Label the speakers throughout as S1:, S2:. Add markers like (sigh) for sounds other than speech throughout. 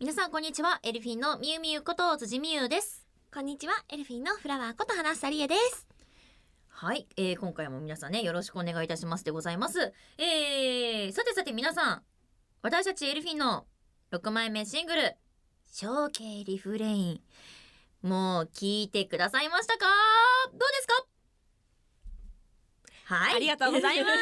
S1: 皆さんこんにちはエルフィンのみゆみゆこと辻みゆです
S2: こんにちは、エルフィンのフラワーこと花さりえです。
S1: はい、えー、今回も皆さんねよろしくお願いいたしますでございますえー、さてさて皆さん私たちエルフィンの6枚目シングル「象形リフレイン」もう聞いてくださいましたかどうですかはい
S2: ありがとうございます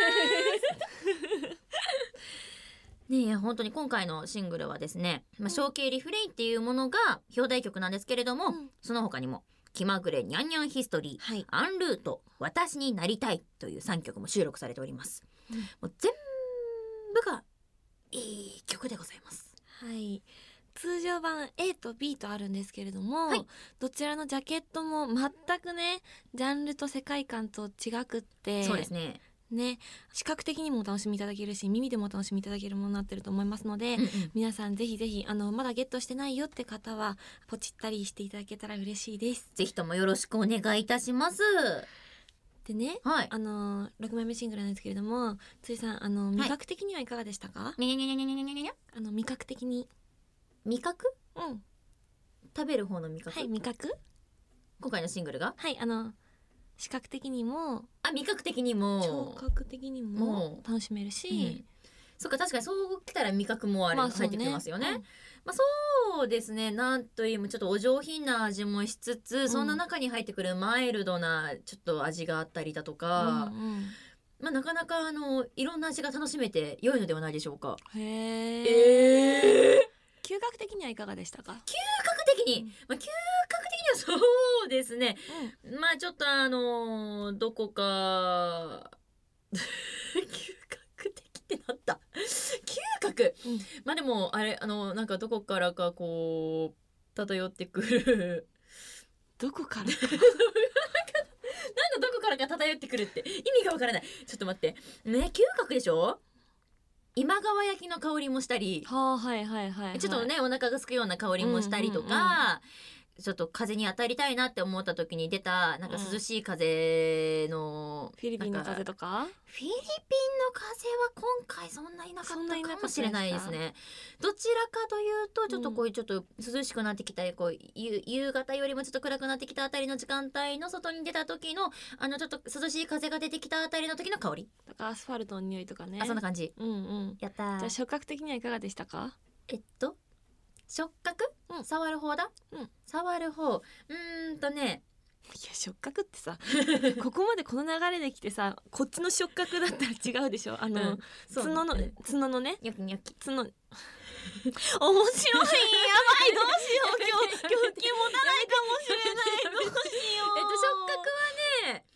S1: ねえ本当に今回のシングルはですね「まあ、象形リフレイン」っていうものが表題曲なんですけれども、
S2: うん
S1: その他にも「気まぐれにゃんにゃんヒストリー」
S2: はい。
S1: アンルート、私になりたいという3曲も収録されております。
S2: うん
S1: もう全部がいい曲でございます。
S2: はい。通常版 A と B とあるんですけれども、
S1: はい
S2: どちらのジャケットも全くね、ジャンルと世界観と違くって、
S1: そうですね。
S2: ね、視覚的にもお楽しみいただけるし、耳でもお楽しみいただけるものになってると思いますので、
S1: うんうん
S2: 皆さんぜひぜひ、あの、まだゲットしてないよって方は、ポチったりしていただけたら嬉しいです。
S1: ぜひともよろしくお願いいたします。
S2: でね、
S1: はい。
S2: あの、6枚目シングルなんですけれども、ついさん、あの、味覚的にはいかがでしたか、
S1: ねねねねねねねねね
S2: あの、味覚的に。
S1: 味覚
S2: うん。
S1: 食べる方の味覚、
S2: はい、味覚
S1: 今回のシングルが
S2: はい、あの、視覚的にも、
S1: あ、味覚的にも。
S2: 聴覚的に
S1: も
S2: も楽しめるし、
S1: うんそっか確かにそう来たら味覚もあれ入ってきてますよね。まあそうですねなんというもちょっとお上品な味もしつつ、
S2: ん
S1: そんな中に入ってくるマイルドなちょっと味があったりだとか、
S2: うんうん
S1: まあなかなかあのいろんな味が楽しめて良いのではないでしょうか。
S2: へ
S1: え
S2: え
S1: え
S2: 嗅覚的にはいかがでしたか、
S1: 嗅覚的
S2: うん
S1: に、まあ、嗅覚的にはそうですね
S2: う
S1: まあちょっとあのどこか (laughs) 嗅覚的ってなった嗅覚、
S2: うん
S1: まあでもあれあのなんかどこからかこう漂ってくる
S2: どこからか
S1: (laughs) なんだどこからか漂ってくるって意味がわからないちょっと待ってね嗅覚でしょ今川焼きの香りもしたり
S2: (laughs) はあはいはいはい、はい、
S1: ちょっとねお腹がすくような香りもしたりとか、
S2: うんうん
S1: ちょっと風に当たりたいなって思った時に出たなんか涼しい風の、
S2: フィリピンの風とか
S1: フィリピンの風は今回そんないなか
S2: そんないな
S1: ったか
S2: かった
S1: も
S2: です
S1: し
S2: か
S1: れないですね。どちらかというと、ちょっとこういうちょっと涼しくなってきたり、こう夕夕方よりもちょっと暗くなってきたあたりの時間帯の外に出た時の、あのちょっと涼しい風が出てきたあたりの時の香り。
S2: とかアスファルトの匂いとかね
S1: あ、そんな感じ。
S2: うんうん
S1: やった
S2: じゃあ
S1: ー。
S2: 触覚的にはいかがでしたか
S1: えっと、触覚、
S2: うん
S1: 触る方だ、
S2: うん
S1: 触る方。うーんとね、
S2: いや触覚っ
S1: (laughs)
S2: てさここまでこの流れできてさこっちの触覚だったら違うでしょあ
S1: う
S2: の、
S1: んそう
S2: 角の
S1: うん
S2: 角のね
S1: ニョキニョキ。 (laughs)
S2: その面白いやばいどうし (laughs) よう今日今日腹筋持たないかもしれないどう
S1: えっと、触
S2: しよう
S1: 覚はね、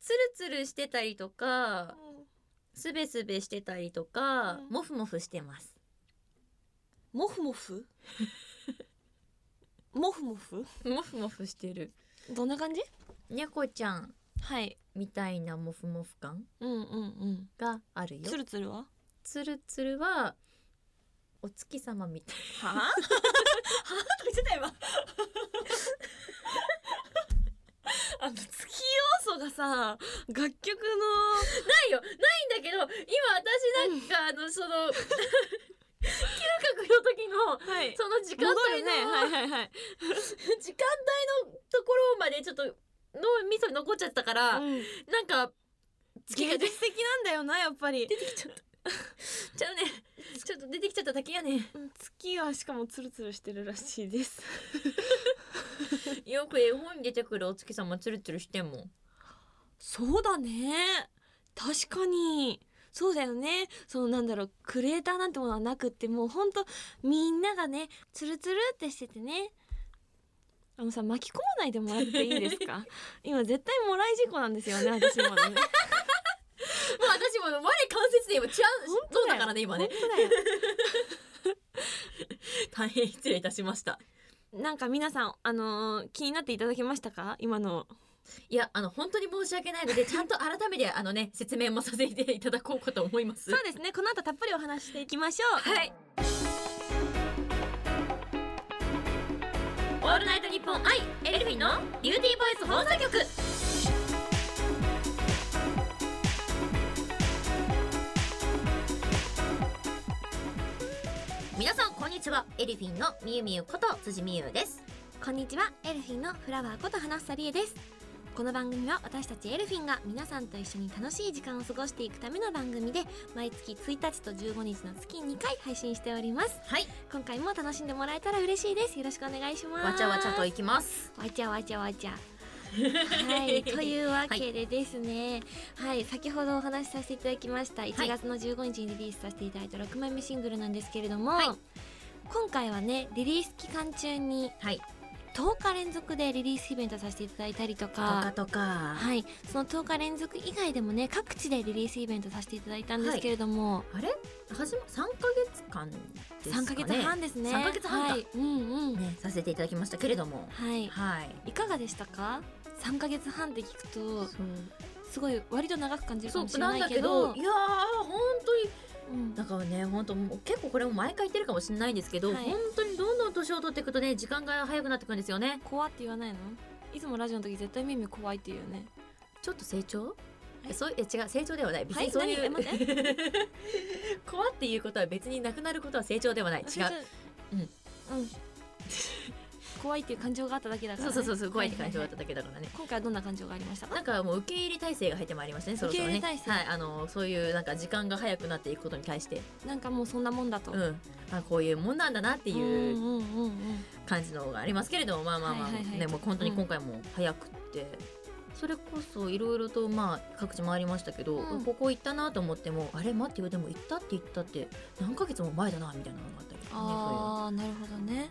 S1: ツルツルしてたりとか、すべすべしてたりとか、
S2: うん
S1: もふもふしてます。
S2: モフモ (laughs) フモフモフ
S1: もふもふしてる。
S2: どんな感じ
S1: 猫ちゃん
S2: はい
S1: みたいなもふもふ感
S2: うんうんうん
S1: があるよ。
S2: ツルツルは
S1: つるつるは。お月様みたい。
S2: (laughs) ははとか言ってた今 (laughs) あの月要素がさ楽曲
S1: ないよ、ないんだけど、今私なんか、あの、 (laughs) その。嗅覚の時の。
S2: のはい
S1: その時間
S2: 戻
S1: 帯
S2: る
S1: の、
S2: ねはいはいはい
S1: (laughs) 時間帯のところまでちょっと脳みそに残っちゃったから、
S2: うん
S1: なんか月が
S2: 芸
S1: 出
S2: 術的なんだよなやっぱり
S1: 出てきちゃった (laughs) ちゃうねちょっと出てきちゃっただけやね
S2: 月はしかもツルツルしてるらしいです
S1: よく絵本に出てくるお月様ツルツルしてんもん
S2: そうだね確かにそうだよねそのなんだろうクレーターなんてものはなくってもうほんとみんながねツルツルってしててねあのさ巻き込まないでもらっていいです (laughs) か今絶対もらい事故なんですよね私 (laughs) 今のね
S1: もう私も我関節で今ちゃん
S2: 本
S1: そ
S2: 当
S1: うだからね今ね
S2: 本当だよ
S1: 大変失礼いたしました
S2: なんか皆さんあのー気になっていただけましたか今の
S1: いやあの本当に申し訳ないのでちゃんと改めてあのね説明もさせていただこうかと思います
S2: そうですねこの後たっぷりお話ししていきましょう
S1: はいオールナイトニッポン愛エルフィンのビューティーボイス放送局皆さんこんにちはエルフィンのみゆみゆこと辻みゆです
S2: こんにちはエルフィンのフラワーこと花房理恵ですこの番組は私たちエルフィンが皆さんと一緒に楽しい時間を過ごしていくための番組で毎月1日と15日の月2回配信しております
S1: はい
S2: 今回も楽しんでもらえたら嬉しいですよろしくお願いします
S1: わちゃわちゃといきます
S2: わちゃわちゃわちゃ。
S1: (laughs)
S2: はい、というわけでですね、はい、先ほどお話しさせていただきました1月の15日にリリースさせていただいた6枚目シングルなんですけれども、
S1: はい
S2: 今回はねリリース期間中に
S1: はい
S2: 10日連続でリリースイベントさせていただいたりと
S1: とか
S2: か。
S1: とか
S2: はい、その10日連続以外でもね各地でリリースイベントさせていただいたんですけれども、
S1: あれはじま3ヶ月間ですかね
S2: 3ヶ月半ですね
S1: 3ヶ月半か
S2: はい、うんうん、
S1: ねさせていただきましたけれども
S2: はい、
S1: はい
S2: いかがでしたか3ヶ月半って聞くとすごい割と長く感じるか
S1: そう
S2: もしれ
S1: なん
S2: な
S1: だ
S2: いけ
S1: け
S2: ど
S1: どいやー本当に
S2: うん
S1: だからね本当もう結構これも毎回言ってるかもしれないんですけど、
S2: はい
S1: 本当にどんどん年を取っていくとね時間が早くなってくるんですよね
S2: 怖って言わないのいつもラジオの時絶対ミミ怖いって言うよね
S1: ちょっと成長
S2: え
S1: そうえ違う成長ではない別
S2: は
S1: に
S2: い
S1: そういう、
S2: 何え
S1: (laughs) 怖っていうことは別になくなることは成長ではない違う
S2: うんうん (laughs) 怖いっていう感情があっただけだから、
S1: そう
S2: ね、
S1: そうそうそう怖いって感情だ
S2: は
S1: っ
S2: い
S1: ただけだからね
S2: はいはい今回はどんな感情がありましたか
S1: なんかもう受け入れ体制が入ってまいりましたねそろそろね
S2: 受け入れ体制
S1: はいあのそういうなんか時間が早くなっていくことに対して
S2: なんかもうそんなもんだと、
S1: うんあこういうもんなんだなっていううん
S2: うんうんうん
S1: 感じのがありますけれどもまあまあまあ、
S2: はいはいはい
S1: ねもう本当に今回も早くって、それこそいろいろとまあ各地回りましたけど、
S2: うん
S1: ここ行ったなと思ってもあれ待ってよでも行ったって言ったって何ヶ月も前だなみたいなのがあったりとかねそういう
S2: ああなるほどね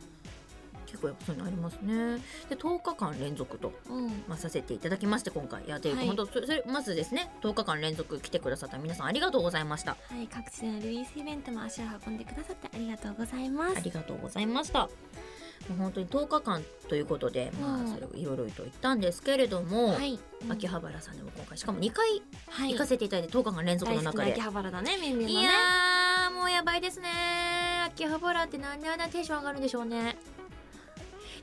S1: 結構やっぱそういうのありますね。で10日間連続と、
S2: うん
S1: まあ、させていただきまして今回いやというか、
S2: はい
S1: 本当それそれまずですね10日間連続来てくださった皆さんありがとうございました。
S2: はい各地でのリリースイベントも足を運んでくださってありがとうございます
S1: ありがとうございました。もう本当に10日間ということで、ま
S2: う
S1: あ、
S2: ん
S1: それをいろいろと言ったんですけれども、
S2: はい、うん
S1: 秋葉原さんでも今回しかも2回
S2: はい
S1: 行かせていただいて10日間連続
S2: 大
S1: の
S2: 好き
S1: 中
S2: な
S1: で、
S2: 秋葉原だねミミのね
S1: いやーもうやばいですね秋葉原ってなんであんなテンション上がるんでしょうね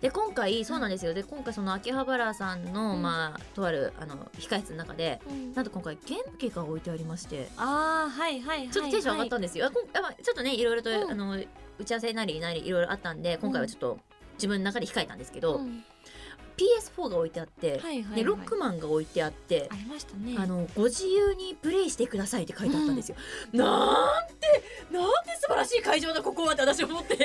S1: で今回そうなんですよで今回その秋葉原さんの、
S2: うん
S1: まあとあるあの控室の中で
S2: うん
S1: なんと今回元気が置いてありまして
S2: ああはいはいはい
S1: ちょっとテンション上がったんですよ、あこんあまあちょっとねいろいろと、
S2: うん
S1: あの打ち合わせなりなりいろいろあったんで今回はちょっと自分の中で控えたんですけど、
S2: うん
S1: PS4 が置いてあって、
S2: はいはいはい
S1: でロックマンが置いてあって、
S2: ありましたね
S1: あのご自由にプレイしてくださいって書いてあったんですよ、なんてなんて素晴らしい会場だここはって私思って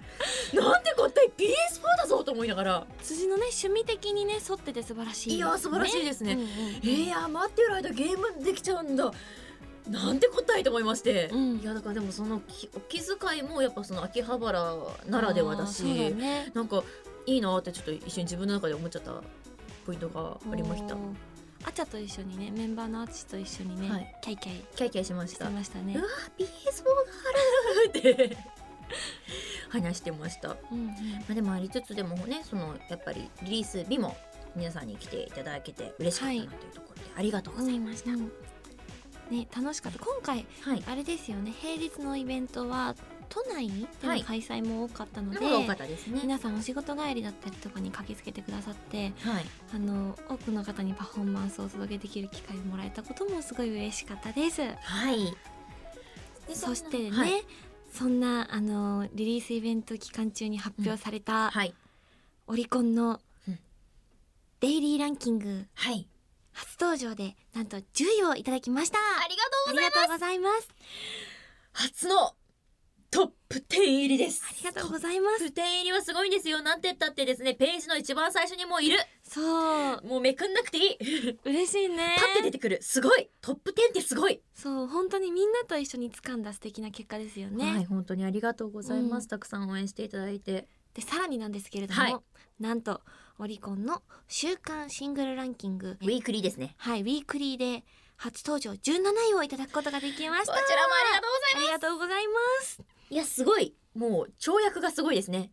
S1: (laughs) なんてこったい PS4 だぞと思いながら
S2: 辻のね趣味的にね沿ってて素晴らしい
S1: いや素晴らしいですね
S2: うんうん
S1: いや待ってる間ゲームできちゃうんだなんてこったいと思いまして、
S2: うん
S1: いやだからでもそのきお気遣いもやっぱその秋葉原ならではだし
S2: あーそうだね
S1: なんかいいなってちょっと一緒に自分の中で思っちゃったポイントがありました
S2: おーあちゃと一緒にねメンバーのあちと一緒にね、
S1: はい
S2: キャイキャイ
S1: キャイキャイしまし
S2: して
S1: た
S2: ましたね
S1: うわ PS4 があるって話してました、ま
S2: うんうん
S1: あ、でもありつつでもねそのやっぱりリリース日も皆さんに来ていただけて嬉しかったな
S2: はい
S1: というところで、ありがとうございました、
S2: うんね楽しかった今回
S1: はい
S2: あれですよね平日のイベントは都内で
S1: はい
S2: の開催も多かったので、
S1: のが多かったですね
S2: 皆さんお仕事帰りだったりとかに駆けつけてくださって
S1: はい
S2: あの多くの方にパフォーマンスをお届けできる機会をもらえたこともすごい嬉しかったです。
S1: はいで
S2: そしてね、
S1: はい、
S2: そんなあのリリースイベント期間中に発表された
S1: はい
S2: オリコンの
S1: うん
S2: デイリーランキング
S1: はい
S2: 初登場でなんと10位をいただきました。
S1: ありがとう
S2: ありがとうございます。
S1: 初のトップ10入りです
S2: ありがとうございま
S1: トップ10入りはすごいんですよなんて言ったってですねページの一番最初にもういる
S2: す。そう
S1: もうめくんなくていい立
S2: 嬉しいね。
S1: って出てくるすごいトップ10ってすごい
S2: そう本当にみんなと一緒に掴んだ素敵な結果ですよね。
S1: はい、本当にありがとうございます。
S2: うん
S1: たくさん応援していただいて。
S2: でさらになんですけれども、
S1: はい
S2: なんとオリコンの週間シングルランキング
S1: ウィークリーですね。
S2: はいウィークリーで初登場17位をいただくことができまし
S1: こち
S2: た。
S1: らもありがとうござい
S2: ありがとうございます。
S1: ます。いや、すごい。もう、跳躍がすごいですね。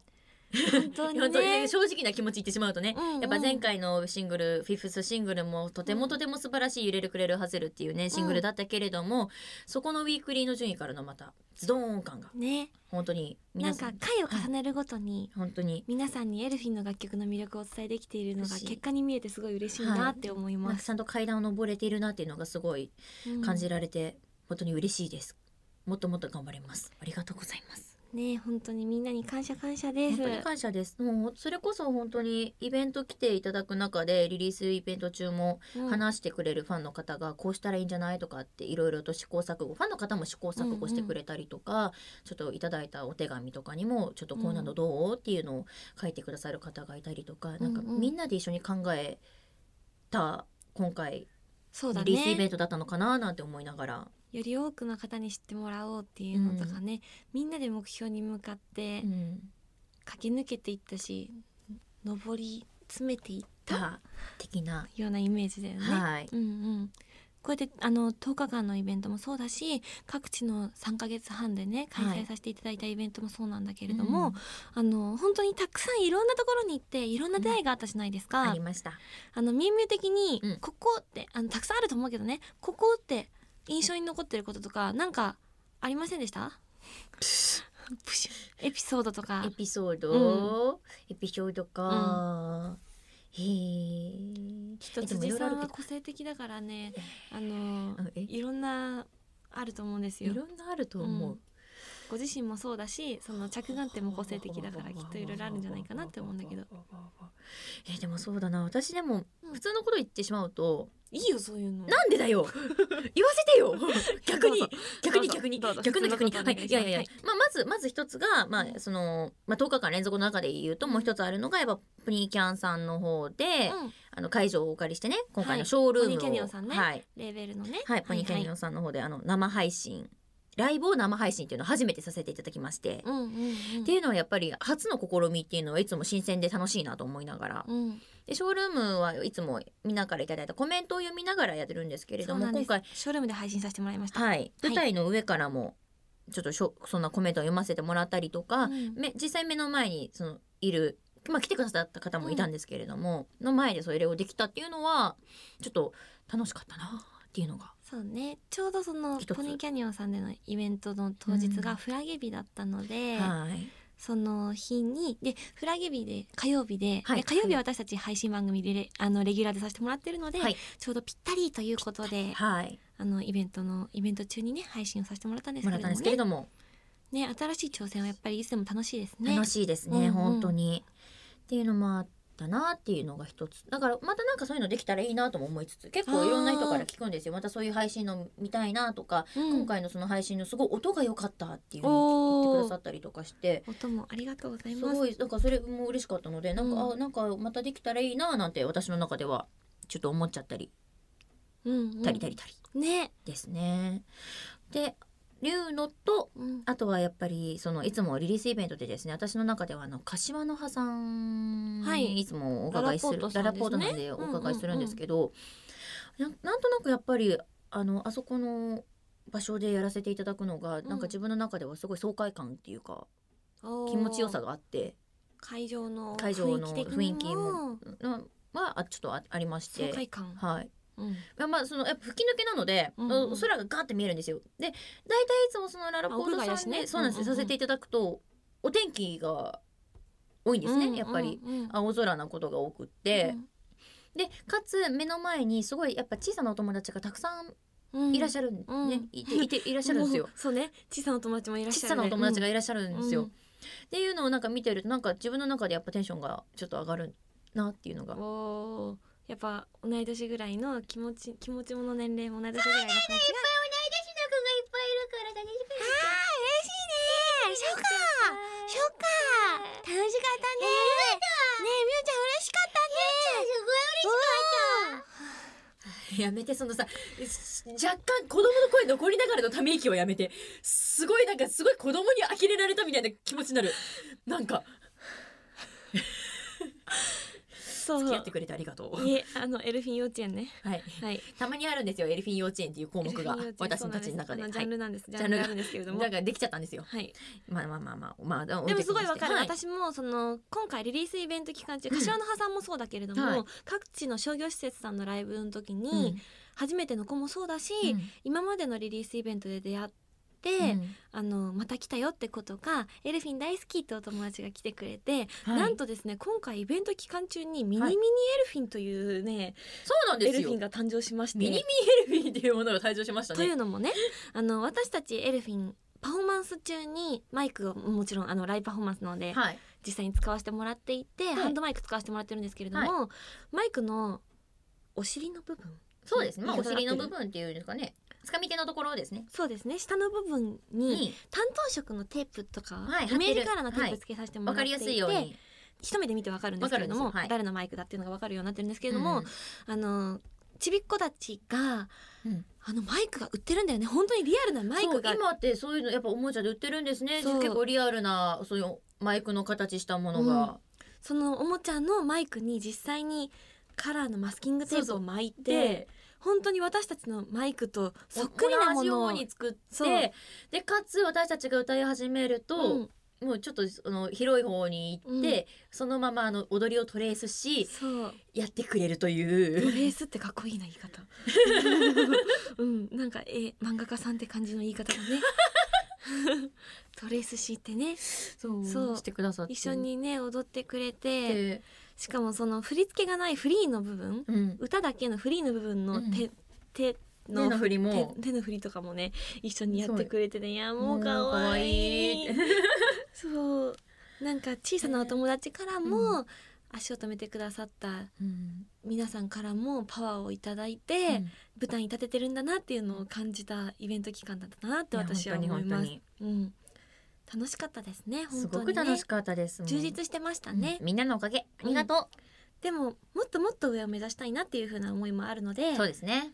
S2: 本当に
S1: 本当
S2: ね
S1: に。正直な気持ち言ってしまうとね、
S2: うんうん
S1: やっぱ前回のシングル、フィフスシングルもとてもとても素晴らしい揺れるくれるハゼルっていうね、シングルだったけれども、そこのウィークリーの順位からのまた、ズドーン感が、
S2: ね、
S1: 本当に
S2: な
S1: 皆
S2: ん
S1: さ
S2: か
S1: ん、
S2: 回を重ねるごとに、
S1: 本当に、
S2: 皆さんにエルフィンの楽曲の魅力をお伝えできているのが
S1: 嬉しい
S2: 結果に見えてすごい嬉しいなって思い
S1: なん
S2: ま
S1: か
S2: す。
S1: ちゃんと階段を登れているなっていうのがすごい感じ
S2: る。
S1: られて、本当に嬉しいです。もっともっと頑張れます。ありがとうございます。
S2: ねえ本当にみんなに感謝感謝で
S1: 本
S2: す
S1: 当に感謝です。もうそれこそ本当にイベント来ていただく中でリリースイベント中も
S2: うん
S1: 話してくれるファンの方がこうしたらいいんじゃないとかっていろいろと試行錯誤ファンの方も試行錯誤してくれたりとか、ちょっといただいたお手紙とかにもちょっとこうなのどうっていうのを書いてくださる方がいたりとか、なんか
S2: うんうん
S1: みんなで一緒に考えた今回
S2: そうだ
S1: リリースイベン
S2: ね
S1: トだったのかななんて思いながら、
S2: より多くの方に知ってもらおうっていうのとかね、みんなで目標に向かって
S1: うん、
S2: 駆け抜けていったし上り詰めていった
S1: た的な、
S2: ようなイメージだよね。
S1: はい、
S2: うんうん、こうやってあの10日間のイベントもそうだし各地の3ヶ月半でね開
S1: はい
S2: 催させていただいたイベントもそうなんだけれども、あの本当にたくさんいろんなところに行っていろんな出会いがあったじゃないです
S1: うん
S2: か。
S1: ありました。
S2: あのみゆみゆ的に
S1: うん
S2: ここって、あのたくさんあると思うけどねここって印象に残ってることとかなんかありませんで (laughs) したプシュエピソードとか
S1: エピソード、エピソードか、へえ
S2: ちょっと
S1: でもい
S2: 辻
S1: ろいろあ
S2: さ
S1: る
S2: ん
S1: け
S2: は
S1: ど
S2: 個性的だからねあの
S1: あえ
S2: いろんなあると思うんですよ
S1: いろんなあると思う、
S2: ご自身もそうだしその着眼点も個性的だ (laughs) からきっといろいろあるんじゃないかなって思うんだけど
S1: えでもそうだな私でも
S2: うん
S1: 普通のこと言ってしまうと、
S2: (laughs) いいよそういうの
S1: なんでだよ (laughs) 言わせて
S2: (laughs)
S1: よ逆に
S2: どうぞ
S1: 逆に
S2: どうぞ
S1: 逆に
S2: どうぞ
S1: 逆の逆に
S2: 普通の
S1: は
S2: こ
S1: い
S2: とでお
S1: い
S2: 願いしま
S1: や
S2: す
S1: いやいや、
S2: はい
S1: まあまずまず一つがまあそのまあ10日間連続の中で言うともう一つあるのがやっぱプニーキャンさんの方で、
S2: うん
S1: あの会場をお借りしてね今回
S2: は
S1: の
S2: い
S1: ショールームを、
S2: ポニーキャニオンさんね
S1: はい
S2: レーベルのね
S1: はい、ポニーキャニオンさんの方であの生配信ライブを生配信っていうのを初めてさせていただきまして、
S2: うんうんうん
S1: っていうのはやっぱり初の試みっていうのはいつも新鮮で楽しいなと思いながら、
S2: うん
S1: でショールームはいつもみんなからいただいたコメントを読みながらやってるんですけれ
S2: そ
S1: ど
S2: う
S1: も
S2: なんで
S1: 今
S2: す
S1: 回、
S2: ショールームで配信させてもらいました、
S1: はい、舞台の上からもちょっとしょそんなコメントを読ませてもらったりとか、
S2: うん
S1: め実際目の前にそのいる、まあ、来てくださった方もいたんですけれども、の前でそれをできたっていうのはちょっと楽しかったなっていうのが。
S2: そうねちょうどその
S1: 一つ
S2: ポニーキャニオンさんでのイベントの当日
S1: うん
S2: がフラゲ日だったので、
S1: はい
S2: その日にでフラゲ日で火曜日で,で、
S1: はい
S2: 火曜日は私たち配信番組レレあのレギュラーでさせてもらってるので、
S1: はい
S2: ちょうどぴったりということで
S1: はい、
S2: あのイベントのイベント中にね配信をさせてもらったんです
S1: も
S2: け
S1: ら
S2: れ
S1: ったんで
S2: ども
S1: すけれ
S2: ね
S1: ども、
S2: ね新しい挑戦はやっぱりいつでも楽しいですね。
S1: 楽しいですね、
S2: うんうん
S1: 本当に。っていうのもあったなっていうのが一つだからまたなんかそういうのできたらいいなとも思いつつ結構いろんな人から聞くんですよまたそういう配信の見たいなとか、
S2: うん
S1: 今回のその配信のすごい音が良かったっていうのを
S2: おー
S1: 言ってくださったりとかして。
S2: 音もありがとうござい
S1: す
S2: ます。
S1: ごいなんかそれも嬉しかったのでなんか、
S2: うん
S1: あなんかまたできたらいいななんて私の中ではちょっと思っちゃったり
S2: うんうん
S1: たりたりたり
S2: ね、
S1: ですね。で龍のと
S2: うん
S1: あとはやっぱりそのいつもリリースイベントでですね私の中ではあの柏の葉さん
S2: は
S1: に
S2: い
S1: いつもお伺いする、
S2: ラ
S1: ラ
S2: ラ
S1: ラ
S2: ポ
S1: ポ
S2: ー
S1: ー
S2: ト
S1: ト
S2: さ
S1: なんん
S2: ですね
S1: でお伺いするんですけど、ななんとなくやっぱりあのあそこの場所でやらせていただくのが、
S2: ん
S1: なんか自分の中ではすごい爽快感っていうか気持ちよさ
S2: が
S1: があって
S2: 会場の
S1: 会場の
S2: 的に
S1: 雰囲気もうんはあちょっとあありまし
S2: 爽
S1: て。
S2: 快感。
S1: はい、
S2: うん
S1: まあまあそのやっぱ吹き抜けなので、
S2: うんうん
S1: お空がガーって見えるんですよで大体いつもそのララポー
S2: あ
S1: ト
S2: 屋外だ
S1: さ
S2: し
S1: んで、
S2: ね
S1: そうなんです、
S2: うんうんうん
S1: させていただくとお天気が多いんですね、やっぱり
S2: うんうんうん
S1: 青空なことが多くって、でかつ目の前にすごいやっぱ小さなお友達がたくさんいらっし
S2: ゃ
S1: ゃる、ん
S2: うん
S1: ねいていていらっしゃるんですよ
S2: もうそうね小さなお友達 (laughs) もいらっし
S1: 小
S2: ゃる
S1: さなお友達が
S2: い
S1: いらっしゃるんですよ、っていうのをなんか見てるとなんか自分の中でやっぱテンションがちょっと上がるなっていうのが
S2: おーやっぱ同い年ぐらいの気持ち気持ちもの年齢も同い年ぐらいの感じが
S1: いっぱいいるから楽し
S3: あー嬉しいね
S1: み
S3: 初夏初夏楽しかったねねえみゆちゃん嬉しかったねすごい嬉しかった
S1: やめてそのさす若干子供の声残りながらのため息をやめてすごいなんかすごい子供に呆れられたみたいな気持ちになるなんか
S2: そう
S1: 付き合ってくれてありがとう
S2: いえあのエルフィン幼稚園ね
S1: はい
S2: はい
S1: たまにあるんですよエルフィン幼稚園っていう項
S2: エル
S1: 目
S2: フィン
S1: が
S2: 幼稚園
S1: 私たちの中で
S2: そうなんすあ
S1: はい
S2: のジャンルなんです、
S1: い
S2: ジャンルなんですけれども
S1: だからできちゃったんですよ
S2: はい
S1: まあまあまあまあまあで
S2: でもすごいわかる、
S1: はい、
S2: 私もその今回リリースイベント期間中
S1: うん
S2: 柏の葉さんもそうだけれども、
S1: はい
S2: 各地の商業施設さんのライブの時
S1: うん
S2: に、初めての子もそうだし、今までのリリースイベントで出会って、
S1: うん
S2: あのまた来たよってことかエルフィン大好きってお友達が来てくれて、
S1: はい
S2: なんとですね今回イベント期間中にミニミニエルフィンというね、
S1: そうなん
S2: エ
S1: で
S2: ル
S1: す
S2: フィン
S1: よ
S2: が誕生しまして
S1: ミニミニエルフィンっていうものが誕生しました
S2: とい
S1: ね
S2: うのもねあの私たちエルフィンパフォーマンス中にマイクをもちろんあのライブパフォーマンスなので
S1: はい。
S2: 実際に使わせてもらっていて、
S1: い
S2: ハンドマイク使わせてもらってるんですけれども、マイクのお尻の部分
S1: そうですね。まあ、
S2: 言
S1: お
S2: い方合
S1: 尻
S2: ってる
S1: の部分っていうんですかね。つかみ手のところですね。
S2: そうですね下の部分に
S1: に、
S2: 担当色のテープとか、
S1: はい
S2: イメー
S1: 貼って
S2: ジ
S1: る
S2: カラーのテープつけさせてもら
S1: わ
S2: って
S1: か
S2: い
S1: り
S2: て、
S1: やすいように。
S2: 一目で見てわかるんですけれど
S1: わ
S2: も、
S1: かるんですよはい
S2: 誰のマイクだっていうのがわかるようになってるんですけ
S1: け
S2: れども、あのちびっ子たちが、
S1: うん
S2: あのマイクが売ってるんだよね本当にリアルなマイクが
S1: そう今ってそういうのやっぱおもちゃで売ってるんですね
S2: そう
S1: 結構リアルなそういうマイクの形したものが、
S2: そのおもちゃのマイクに実際にカラーのマスキングテープを巻いて本当に私たちのマイクとそっくりなも
S1: 同じよ
S2: のを
S1: うに作っ
S2: そう
S1: てでかつ私たちが歌い始める
S2: う
S1: と、
S2: ん
S1: もうちょっとその広い方に行って、そのままあの踊りをトレースし
S2: そう
S1: やってくれると
S2: トレ
S1: いう
S2: ースってかっこいいな言い
S1: (laughs)
S2: 方うんなんかえ漫画家さんって感じの言い方だねトレースしてね
S1: そう
S2: そう
S1: してくださって
S2: 一緒にね踊ってくれて
S1: で
S2: しかもその振り付けがないフリーの部分
S1: うん、
S2: 歌だけのフリーの部分の手,、手の
S1: 手の振りも
S2: 手手の振りとかもね一緒にやってくれてねいやもうか
S1: もう可
S2: わ
S1: 愛
S2: い
S1: い
S2: い
S1: って
S2: そうなんか小さなお友達から
S1: う
S2: も足を止めてくださった
S1: うん
S2: 皆さんからもパワーをいただいうて、
S1: ん
S2: 舞台に立ててるんだなっていうのを感じたイベント期間だったなって私はい
S1: や
S2: 思い
S1: 本当に本当
S2: ます
S1: に。
S2: うん、楽しかったですね
S1: す
S2: 本当
S1: ご
S2: に、
S1: く
S2: ね、
S1: 楽しかったですもん
S2: 充実してましたね、
S1: うんみんなのおかげありがと
S2: でももっともっと上を目指したいなっていうふうな思いもあるの
S1: う、
S2: で
S1: そうですね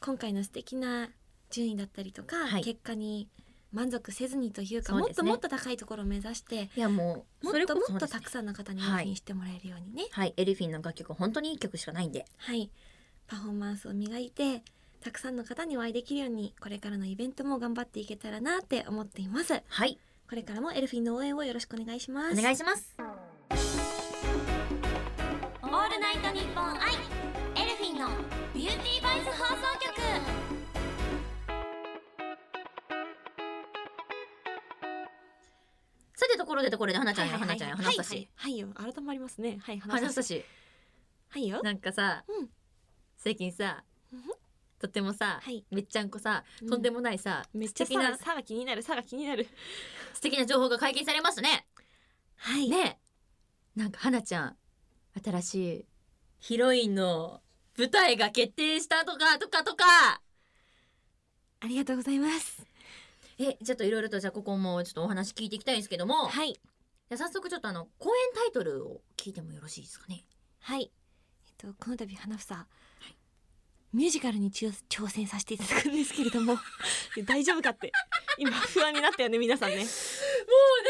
S2: 今回の素敵な順位だったりとか、
S1: はい
S2: 結果に満足せずにというか
S1: そう
S2: もっ
S1: です
S2: と
S1: ね
S2: もっと高いところを目指して
S1: いやもう
S2: も
S1: それ
S2: っ
S1: ことそ
S2: もっと
S1: ですね
S2: たくさんの方に納品してもらえるようにね、
S1: はい、エルフィンの楽曲本当にいい曲しかないんで。
S2: はい、パフォーマンスを磨いてたくさんの方にお会いできるようにこれからのイベントも頑張っていけたらなって思っていますこ
S1: はい、
S2: れからもエルフィンの応援をよろしくお願いします
S1: お願いします。
S3: オールナイトニッポンアイエルフィンのビューティーバイス放送局
S1: さてところでところで花ちゃんよ
S2: はいは
S1: 花
S2: い
S1: ちゃんよ
S2: はい
S1: 花した
S2: は
S1: し
S2: いはいよ改まりますねはい
S1: 花
S2: 話
S1: したし
S2: はいよ
S1: なんかさ、
S2: うん
S1: 最近さ
S2: うん
S1: とてもさ、
S2: はい
S1: めっちゃんこさ
S2: うん
S1: とんでもないさ、
S2: めっ
S1: 素
S2: ちゃ
S1: 敵
S2: さ
S1: な
S2: さが気になるさが気になる
S1: 素敵な情報が解禁されましたね。
S2: はい
S1: ねえなんか花ちゃん新しいヒロインの舞台が決定したとかとかとか。
S2: ありがとうございます
S1: えちょっといろいろとじゃあここもちょっとお話聞いていきたいんですけども、
S2: はい
S1: じゃあ早速ちょっとあの公演タイトルを聞いてもよろしいですかね。
S2: はいえっとこの度花房、ミュージカルに挑挑戦させていただくんですけれど
S1: (laughs)
S2: も大丈夫かって今不安になったよね皆さんね
S1: もうね、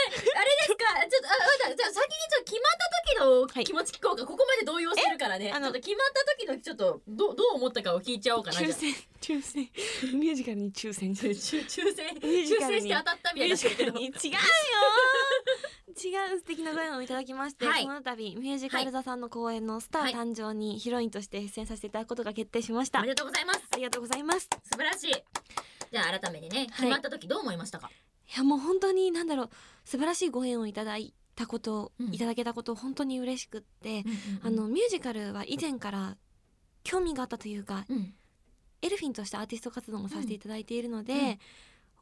S1: あれですか、ちょっと、あ、まだ、じゃあ先にちょっと決まった時の気持ち聞こうか、ここまで動揺してるからね。
S2: え
S1: あ
S2: あ
S1: の、
S2: の
S1: ちょっと決まった時の、ちょっと、どう、どう思ったかを聞いちゃおうかな。じゃ
S2: 抽
S1: あ
S2: 選抽選ミュージカルに抽選
S1: 抽選、抽選
S2: ミュージカルに
S1: して当たったみた (laughs) いに
S2: ミュー
S1: なって
S2: ジ
S1: る
S2: カ
S1: け
S2: ル
S1: ど。
S2: に違うよ違う素敵なご縁をいただきまして、
S1: はい
S2: この度ミュージカル座さんの公演のスター誕生にヒロインとして出演させていただくことが決定しました、
S1: おめでとうございます。
S2: ありがとうございます
S1: 素晴らしい。じゃあ改めてね、決まった時どう思いましたか。
S2: いやもう本当に何だろう素晴らしいご縁をいただいたこと、
S1: うん
S2: いただけたこと本当に嬉しくって、
S1: あ
S2: あの、ミュージカルは以前から興味があったというか
S1: うん、
S2: エルフィンとしてアーティスト活動もさせていただいているので、
S1: うんうん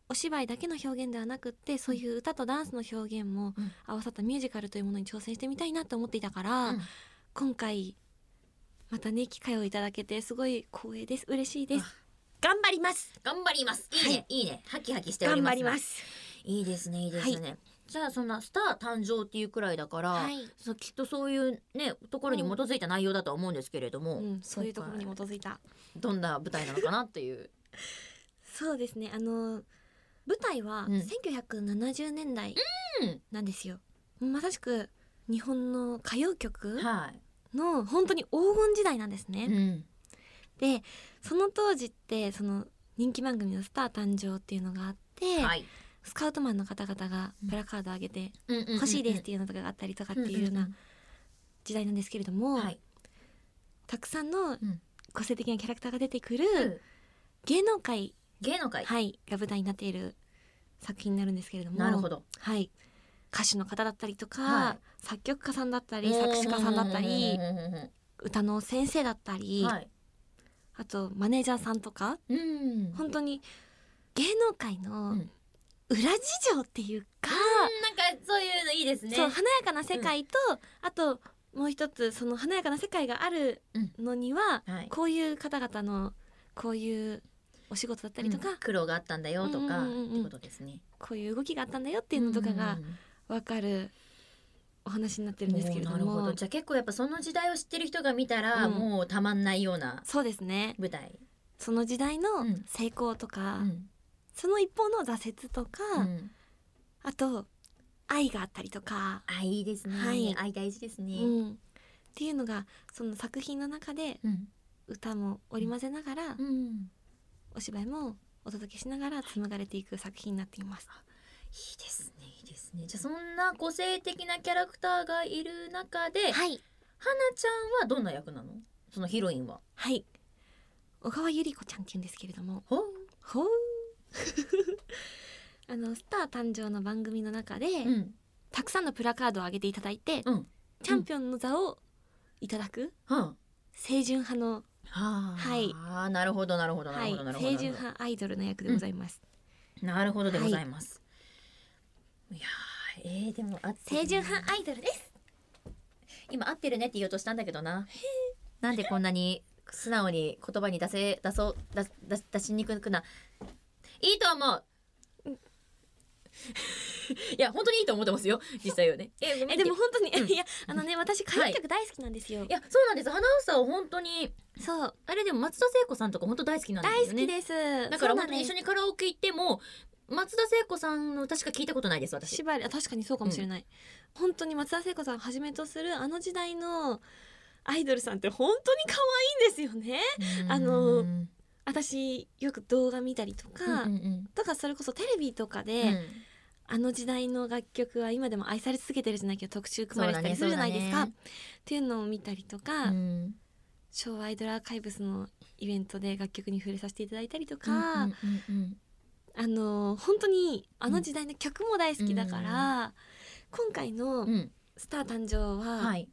S2: お芝居だけの表現ではなくってそういう歌とダンスの表現も
S1: うん
S2: 合わさったミュージカルというものに挑戦してみたいなと思っていたから、
S1: うん
S2: 今回またね機会をいただけてすごい光栄です嬉しいです
S1: あ
S2: 頑張ります
S1: 頑張ります。いいね、いいね、ハキハキしており
S2: 頑
S1: ます。。
S2: 張りますす
S1: いいですね、いいですね。じゃあ、そんなスター誕生っていうくらいだから。
S2: はい、
S1: そうきっとそういうねところに基づいた内容だとは思うんですけれども、
S2: うん、そういうところに基づいた
S1: どんな舞台なのかなっていう。
S2: そうですねあの舞台は
S1: うん
S2: 1970年代
S1: うん
S2: なんですよ、まさしく日本の歌謡曲
S1: はい。
S2: の本当に黄金時代なんですね、
S1: うん。
S2: でその当時ってその人気番組の「スター誕生」っていうのがあって、
S1: はい。
S2: スカウトマンの方々がプラカード上げて
S1: うんうん
S2: 「欲しいです」っていうのとかがあったりとかっていうような時代なんですけれども、
S1: はい。
S2: たくさんの
S1: ん
S2: 個性的なキャラクターが出てくる芸能界、
S1: 芸能界。
S2: はい、が舞台になっている作品になるんですけれども
S1: なるほど。
S2: はい、歌手の方だったりとか、
S1: は
S2: 作曲家さんだったり作詞家さんだったり
S1: うんうんうんうん
S2: 歌の先生だった
S1: う
S2: り、
S1: ん。はい。
S2: あとマネージャーさんとか
S1: うん。
S2: 本当に芸能界の
S1: うん
S2: 裏事情っていうか、
S1: なんかそういうのいいですね
S2: そう華やかな世界と、あともう一つその華やかな世界があるのには、
S1: はい
S2: こういう方々のこういうお仕事だったりとか、
S1: うん苦労があったんだよとか
S2: うんうんうんうん
S1: ってことですね
S2: こういう動きがあったんだよっていうのとかが
S1: うんうんうん
S2: わかるお話になってるんですけれど
S1: なるほ
S2: も
S1: どじゃあ結構やっぱその時代を知ってる人が見たら、
S2: うん
S1: もうたまんないような
S2: そうですね
S1: 舞台、
S2: その時代の
S1: うん
S2: 成功とか、
S1: うん
S2: その一方の挫折とか、
S1: うん
S2: あと愛があったりとか、
S1: あいいですね、
S2: はい
S1: 愛大事ですね、
S2: うん、っていうのがその作品の中で
S1: うん
S2: 歌も織り交ぜながら、
S1: うん
S2: お芝居もお届けしながら紡がれていく作品になっています。
S1: いいですねいいですねじゃあそんな個性的なキャラクターがいる中で、は
S3: はい。
S1: なちゃんはどんな役なのそのヒロインは
S2: はい小川百合子ちゃんって言うんですけれども
S1: ほう、
S2: ほ
S1: (laughs)
S2: うあのスター誕生の番組の中で、
S1: うん、
S2: たくさんのプラカードを上げていただいて、
S1: うん
S2: チャンピオンの座をいただく
S1: は
S2: 清純派の、
S1: あ
S2: はい
S1: あーなるほどなるほどな
S2: は
S1: る
S2: い、
S1: ほどなるほど
S2: 清純派アイドルの役でございます、
S1: なるほどでございます、い、やーえー、でもあって
S3: 清
S1: る
S3: 純派アイドルです。
S1: 今合ってるねって言おうとしたんだけどななんでこんなに素直に言葉に出せ出そう出出出しにくくないいと思う (laughs) いや本当にいいと思ってますよ実際はねえごめん
S2: えでも本当に、
S1: うん
S2: いやあのね私歌謡曲大好きなんですよ、
S1: いやそうなんです花房を本当に
S2: そう
S1: あれでも松田聖子さんとか本当大好きなんです
S2: 大
S1: よ
S2: 好
S1: ね
S2: きです、
S1: だから
S2: そう
S1: 本
S2: なん
S1: 当
S2: で
S1: に
S2: す
S1: 一緒にカラオケ行っても松田聖子さんの歌しか聞いたことないです私
S2: 縛りあ確かにそうかもしれない、本当に松田聖子さんはじめとするあの時代のアイドルさんって本当に可愛いんですよねあの
S1: うん
S2: 私よく動画見たりと
S1: うん
S2: か、
S1: うん
S2: とかそれこそテレビとかで、
S1: うんうん
S2: あの時代の楽曲は今でも愛され続けてるじゃないけど特集組まれてたりす
S1: そう
S2: るじ
S1: だ
S2: ゃ
S1: ね
S2: ないです
S1: そ
S2: か、
S1: うだね
S2: っていうのを見たりとか、
S1: うん
S2: 昭和アイドルアーカイブスのイベントで楽曲に触れさせていただいたりとか、
S1: うんうんうんうん
S2: あの本当にあの時代の曲も大好きだから、今回の
S1: うん、
S2: 「スター誕生は」
S1: はい。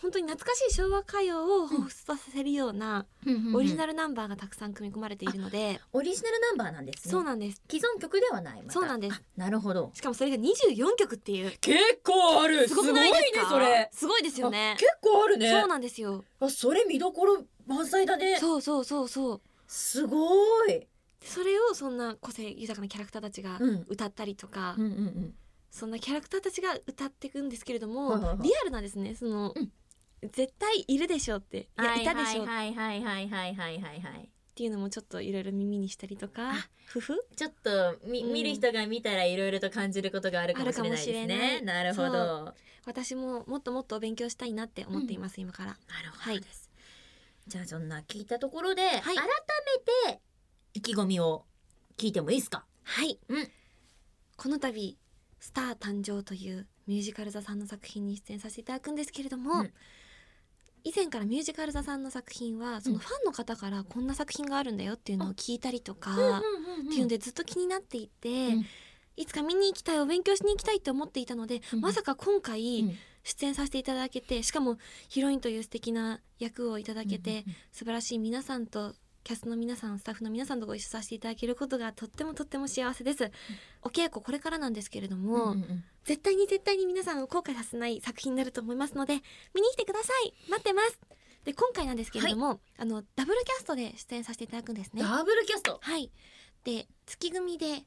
S2: 本当に懐かしい昭和歌謡を彷彿とさせるようなオリジナ
S1: ル
S2: ルナンバーがたくさん組み込まれているので、
S1: オリジナルナンバーなんですね。
S2: そうなんです
S1: 既存曲ではない。また
S2: そうなんです。
S1: あなるほど。
S2: しかもそれが24曲っていう
S1: 結構ある。
S2: すごくないですかすごいですよね
S1: 結構ある
S2: そうなんですよ
S1: あ、それ見どころ満載だね。
S2: そうそうそうそう
S1: すごい。
S2: それをそんな個性豊かなキャラクターたちが
S1: うん
S2: 歌ったりとか、
S1: うんうん
S2: そんなキャラクターたちが歌っていくんですけれども、
S1: はいはいはい
S2: リアルなんですねその、
S1: うん
S2: 絶対いるでしょうっていやいたでしょうっ
S1: はいはいはいはいはいはいはい。
S2: ていうのもちょっといろいろ耳にしたりとか
S1: あ
S2: ふふ
S1: ちょっと見
S2: うん
S1: 見る人が見たらいろいろと感じることがあるかもしれないです
S2: あるかもしれな
S1: ね。
S2: い
S1: なるほど。
S2: そう
S1: な
S2: 私ももっともっとお勉強したいなって思っています、今から
S1: るほ
S2: は
S1: ど
S2: い
S1: です。じゃあそんな聞いたところで、
S2: い
S1: 改めて意気込みを聞いてもいいですか。
S2: はい、
S1: うん
S2: この度「スター誕生」というミュージカル座さんの作品に出演させていただくんですけれど
S1: う
S2: も、
S1: ん
S2: 以前からミュージカル座さんの作品はそのファンの方からこんな作品があるんだよっていうのを聞いたりとか、っていうのでずっと気になっていて、
S1: ん
S2: いつか見に行きたいお勉強しに行きたいって思っていたので、
S1: うん
S2: まさか今
S1: う
S2: 回
S1: ん
S2: 出演させていただけてしかもヒロインという素敵な役をいただけて、
S1: うんうんうん
S2: 素晴らしい皆さんとキャストの皆さんスタッフの皆さんとご一緒させていただけることがとってもとっても幸せです、お稽古これからなんですけれども、
S1: うんうんうん
S2: 絶対に絶対に皆さんを後悔させない作品になると思いますので見に来てください待ってますで今回なんですけれども、あのダブルキャストで出演させていただくんですね
S1: ダブルキャスト。
S2: はいで月組で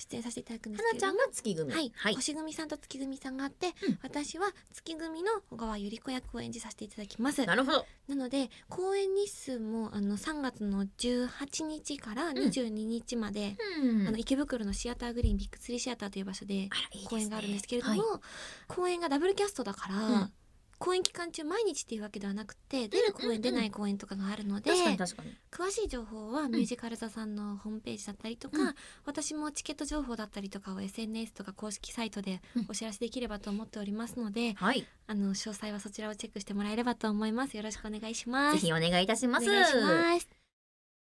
S2: 出演させていただくんです
S1: は
S2: け
S1: な
S2: れ
S1: ちゃ
S2: ど
S1: ん
S2: も
S1: が月組。
S2: はい、
S1: はい。
S2: 星組さんと月組さんがあって、
S1: うん
S2: 私は月組の小川百合子役を演じさせていただきます
S1: なるほど。
S2: なので公演日数もあの3月の18日から22日まで、
S1: うん
S2: あの池袋のシアターグリーンビッグツリーシアターという場所で
S1: あらいいですね
S2: 公演があるんですけれども、
S1: はい
S2: 公演がダブルキャストだから、
S1: うん
S2: 公演期間中毎日っていうわけではなくて出る公演出ない公演とかがあるので、
S1: 確かに確かに。
S2: 詳しい情報はミュージカル座さんのホームページだったりとか、
S1: うん
S2: 私もチケット情報だったりとかを SNS とか公式サイトで
S1: うん
S2: お知らせできればと思っておりますので、
S1: はい。
S2: あの詳細はそちらをチェックしてもらえればと思いますよろしくお願いしま
S1: ぜ
S2: す
S1: ひお願いいたします。
S2: お願いし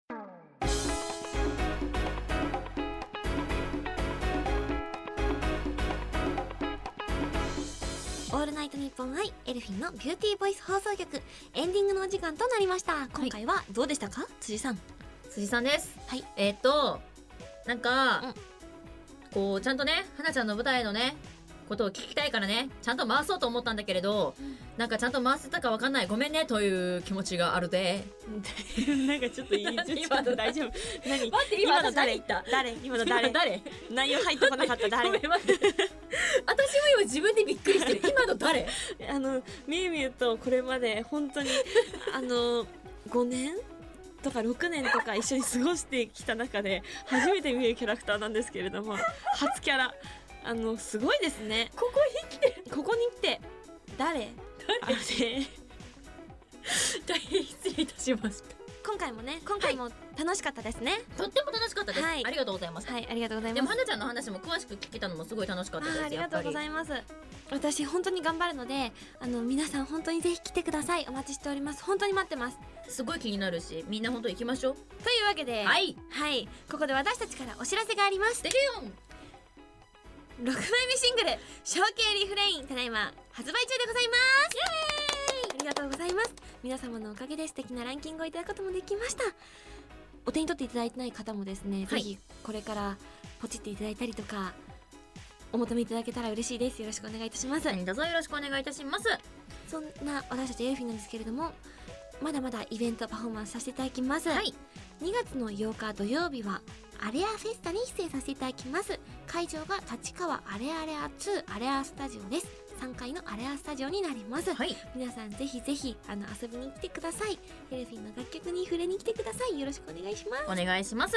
S2: ますオールナイトニッポンアイエルフィンのビューティーボイス放送局エンディングのお時間となりました今回はどうでしたか、辻さん
S1: 辻さんです。
S2: はい。
S1: えっと、なんか
S2: うん、
S1: こうちゃんとね花ちゃんの舞台のねことを聞きたいからねちゃんと回そうと思ったんだけれど、なんかちゃんと回せたかわかんないごめんねという気持ちがあるで
S2: (laughs) なんかちょっといいちょっと大丈夫何
S1: 待って
S2: 今の
S1: 私
S2: 誰
S1: 言った
S2: 誰今
S1: 今
S2: の誰
S1: の誰
S2: 内容入ってこなかった (laughs)
S1: (laughs) ごめ
S2: 誰
S1: ん待って私も今自分でびっくりしてる今の誰
S2: あのみゆみゆとこれまで本 (laughs) 当にあの5年とか6年とか一緒に過ごしてきた中で初めて見るキャラクターなんですけれど (laughs) も初キャラあのすごいですね
S1: ここに来て
S2: ここに来て誰あれ
S1: 大変失礼いたしました
S2: 今回もね今回も楽しかったですね
S1: とっても楽しかったです、
S2: はい
S1: ありがとうございました、
S2: はい、ありがとうござい
S1: でも
S2: ます
S1: 花ちゃんの話も詳しく聞けたのもすごい楽しかったです
S2: あーあり
S1: や
S2: が
S1: っ
S2: と
S1: ぱ
S2: うご
S1: り
S2: ざいます私本当に頑張るのであの皆さん本当にぜひ来てくださいお待ちしております本当に待ってます
S1: すごい気になるしみんな本当行きましょう、
S2: というわけで
S1: はい
S2: はい、ここで私たちからお知らせがあります
S1: デビューン
S2: 6枚目シングル「象形リフレイン」ただいま発売中でございますありがとうございます皆様のおかげで素敵なランキングをいただくこともできましたお手に取っていただいてない方もですね、
S1: はい
S2: ぜひこれからポチっていただいたりとかお求めいただけたら嬉しいですよろしくお願いいたします
S1: 何卒よろしくお願いいたします
S2: そんな私たちエルフィーなんですけれどもまだまだイベントパフォーマンスさせていただきます、
S1: はい
S2: 2月の8日土曜日はアレアフェスタに出演させていただきます会場が立川アレアレア2アレアスタジオです3階のアレアスタジオになります、
S1: はい
S2: 皆さんぜひぜひあの遊びに来てくださいエルフィンの楽曲に触れに来てくださいよろしくお願いします
S1: お願いします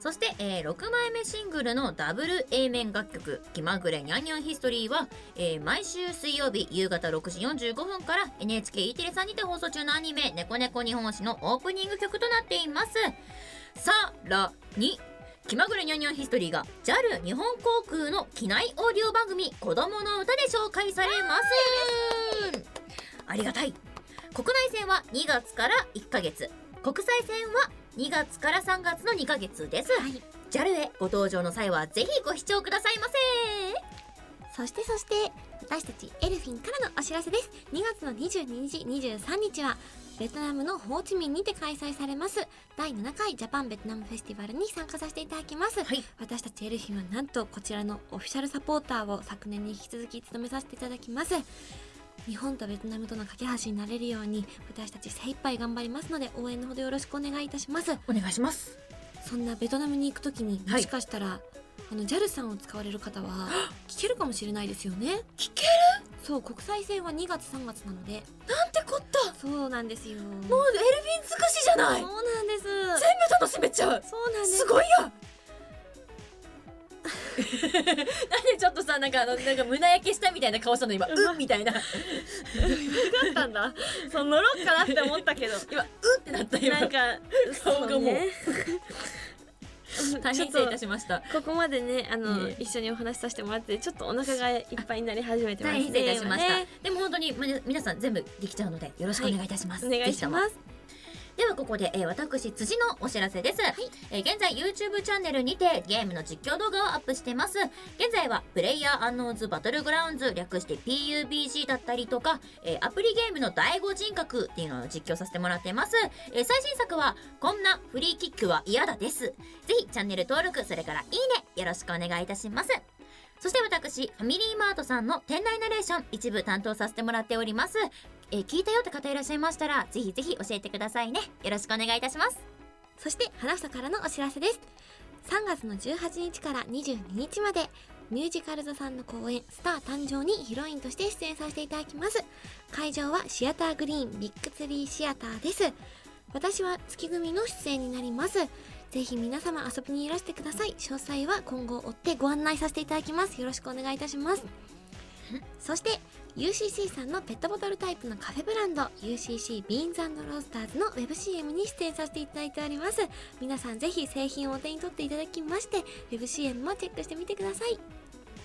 S1: そして、えー6枚目シングルのダブル A 面楽曲「気まぐれにゃんにゃんヒストリーは」えー毎週水曜日夕方6時45分から NHKE テレさんにて放送中のアニメ「ねこねこ日本史」のオープニング曲となっていますさらに気まぐれにゃんにゃんヒストリーが JAL 日本航空の機内オーディオ番組「子供の歌」で紹介されますありがたい国内線は2月から1ヶ月国際線は2月から3月の2ヶ月です、
S2: い
S1: JAL へご登場の際はぜひご視聴くださいませ
S2: そしてそして私たちエルフィンからのお知らせです2月の22日23日はベトナムのホーチミンにて開催されます第7回ジャパンベトナムフェスティバルに参加させていただきます、
S1: はい
S2: 私たちエルフィンはなんとこちらのオフィシャルサポーターを昨年に引き続き務めさせていただきます日本とベトナムとの架け橋になれるように私たち精一杯頑張りますので応援のほどよろしくお願いいたします
S1: お願いします
S2: そんなベトナムに行くときに
S1: い
S2: もしかしたら、あの JAL さんを使われる
S1: (gasps)
S2: 方は聞けるかもしれないですよね
S1: 聞
S2: けるそう国際線は2月3月なので
S1: なんてこった
S2: そうなんですよもう
S1: もうエルフィン尽くしじゃない
S2: そう
S1: 全
S2: なんです
S1: 部楽しめちゃう
S2: そうなんです
S1: すごいよなんでちょっとさなんかあのなんか胸焼けしたみたいな顔したの今うんみたいな
S2: だったんだそう乗ろうかなって思ったけど
S1: 今うんってなった今
S2: なんか
S1: 顔がもう
S2: そうね
S1: (laughs) 大
S2: ちょ
S1: 変
S2: っ
S1: 失礼い
S2: と
S1: たしました
S2: ここまでねあの、
S1: いえ
S2: 一緒にお話しさせてもらってちょっとお腹がいっぱいになり始めてます
S1: 大
S2: ね
S1: 変失礼いたしました、
S2: 今ね
S1: でも本当にみな皆さん全部できちゃうのでよろしくお願いいたします、
S2: お願いします
S1: ではここで、えー私辻のお知らせです、えー現在 YouTube チャンネルにてゲームの実況動画をアップしています現在はプレイヤーアンノーンズバトルグラウンズ略して PUBG だったりとか、えーアプリゲームの第五人格っていうのを実況させてもらっています、えー最新作はこんなフリーキックは嫌だですぜひチャンネル登録それからいいねよろしくお願いいたしますそして私ファミリーマートさんの店内ナレーション一部担当させてもらっておりますえー聞いたよって方いらっしゃいましたらぜひぜひ教えてくださいねよろしくお願いいたします
S2: そして花房からのお知らせです3月の18日から22日までミュージカル座さんの公演「スター誕生」にヒロインとして出演させていただきます会場はシアターグリーンビッグツリーシアターです私は月組の出演になりますぜひ皆様遊びにいらしてください詳細は今後追ってご案内させていただきますよろしくお願いいたしますそして UCC さんのペットボトルタイプのカフェブランド UCC ビーンズロースターズのウェブ CM に出演させていただいております皆さんぜひ製品をお手に取っていただきまして WebCM もチェックしてみてください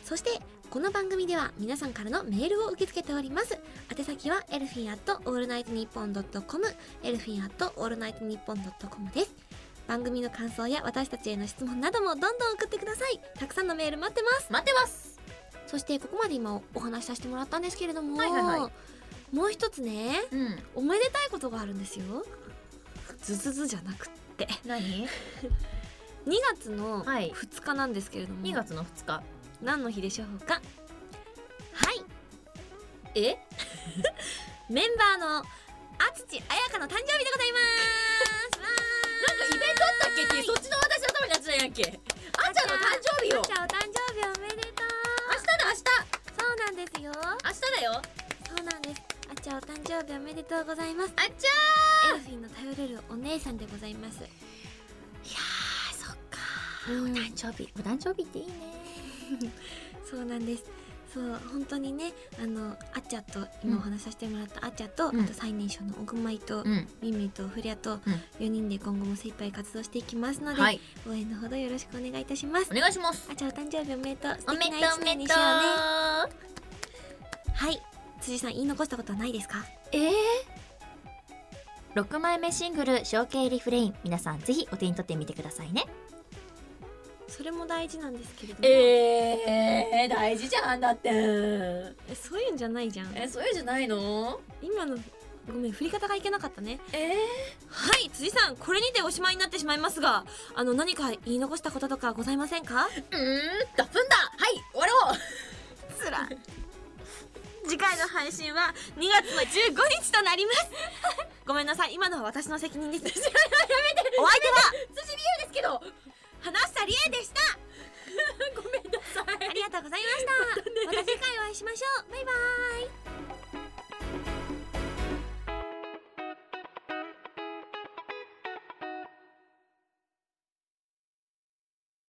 S2: そしてこの番組では皆さんからのメールを受け付けております宛先はエルフィンアットオールナイトニッポンドットコムエルフィンアットオールナイトニッポンドットコムです番組の感想や私たちへの質問などもどんどん送ってくださいたくさんのメール待ってます
S1: 待ってます
S2: そしてここまで今お話しさせてもらったんですけれども、
S1: はいはいは
S2: もう一つね
S1: うん
S2: おめでたいことがあるんですよズズズじゃなくって
S1: 何
S2: 2月の
S1: はい
S2: 2日なんですけれども、
S1: 2月の2日
S2: 何の日でしょうか
S3: はい
S1: え
S2: メンバーの厚地彩香の誕生日でございます
S1: なんかイベントあったっけってそっちの私のためのやつじゃんやんけあんちゃんの誕生日よ
S2: あちゃんお誕生日おめでと
S1: 明日だ明日
S2: うそうなんですよ
S1: 明日だよ
S2: そうなんですあちゃんお誕生日おめでとうございます
S1: あっちゃ
S2: エルフィンの頼れるお姉さんでございます
S1: いやーそっか
S2: うん
S1: 誕生日お誕生日っていいね
S2: そうなんですそう本当にねあのあちゃと今お話しさせてもらったあちゃと、
S1: うん
S2: あと最年少のおぐまい
S1: う
S2: と、
S1: ん
S2: みみとふりゃと4人で今後も精一杯活動していきますので、
S1: はい
S2: 応援のほどよろしくお願いいたします
S1: お願いします
S2: あちゃお誕生日おめでとう
S1: お
S2: 素
S1: め
S2: 敵
S1: で
S2: な
S1: とうお
S2: 一年
S1: め
S2: に
S1: で
S2: し
S1: と
S2: よ
S1: う
S2: うねはい辻さん言い残したことはないですか
S1: えー6枚目シングル「象形リフレイン」皆さんぜひお手に取ってみてくださいね
S2: それも大事なんですけれども、
S1: えー、大事じゃんだってえ
S2: えそういうんじゃないじゃん
S1: そういうじゃないの
S2: 今のごめん振り方がいけなかったね
S1: え
S2: はい辻さんこれにておしまいになってしまいますがあの何か言い残したこととかございませんか
S1: うーんガプンだはい終わろう
S2: つら
S1: (laughs)
S2: 次回の配信は2月の15日となります (laughs) ごめんなさい今のは私の責任です (laughs) やめ (laughs) てお相手は
S1: 辻美優ですけど
S2: 花下理恵でした (laughs)
S1: ごめんなさい
S2: ありがとうございましたまた次回お会いしましょうバイバイ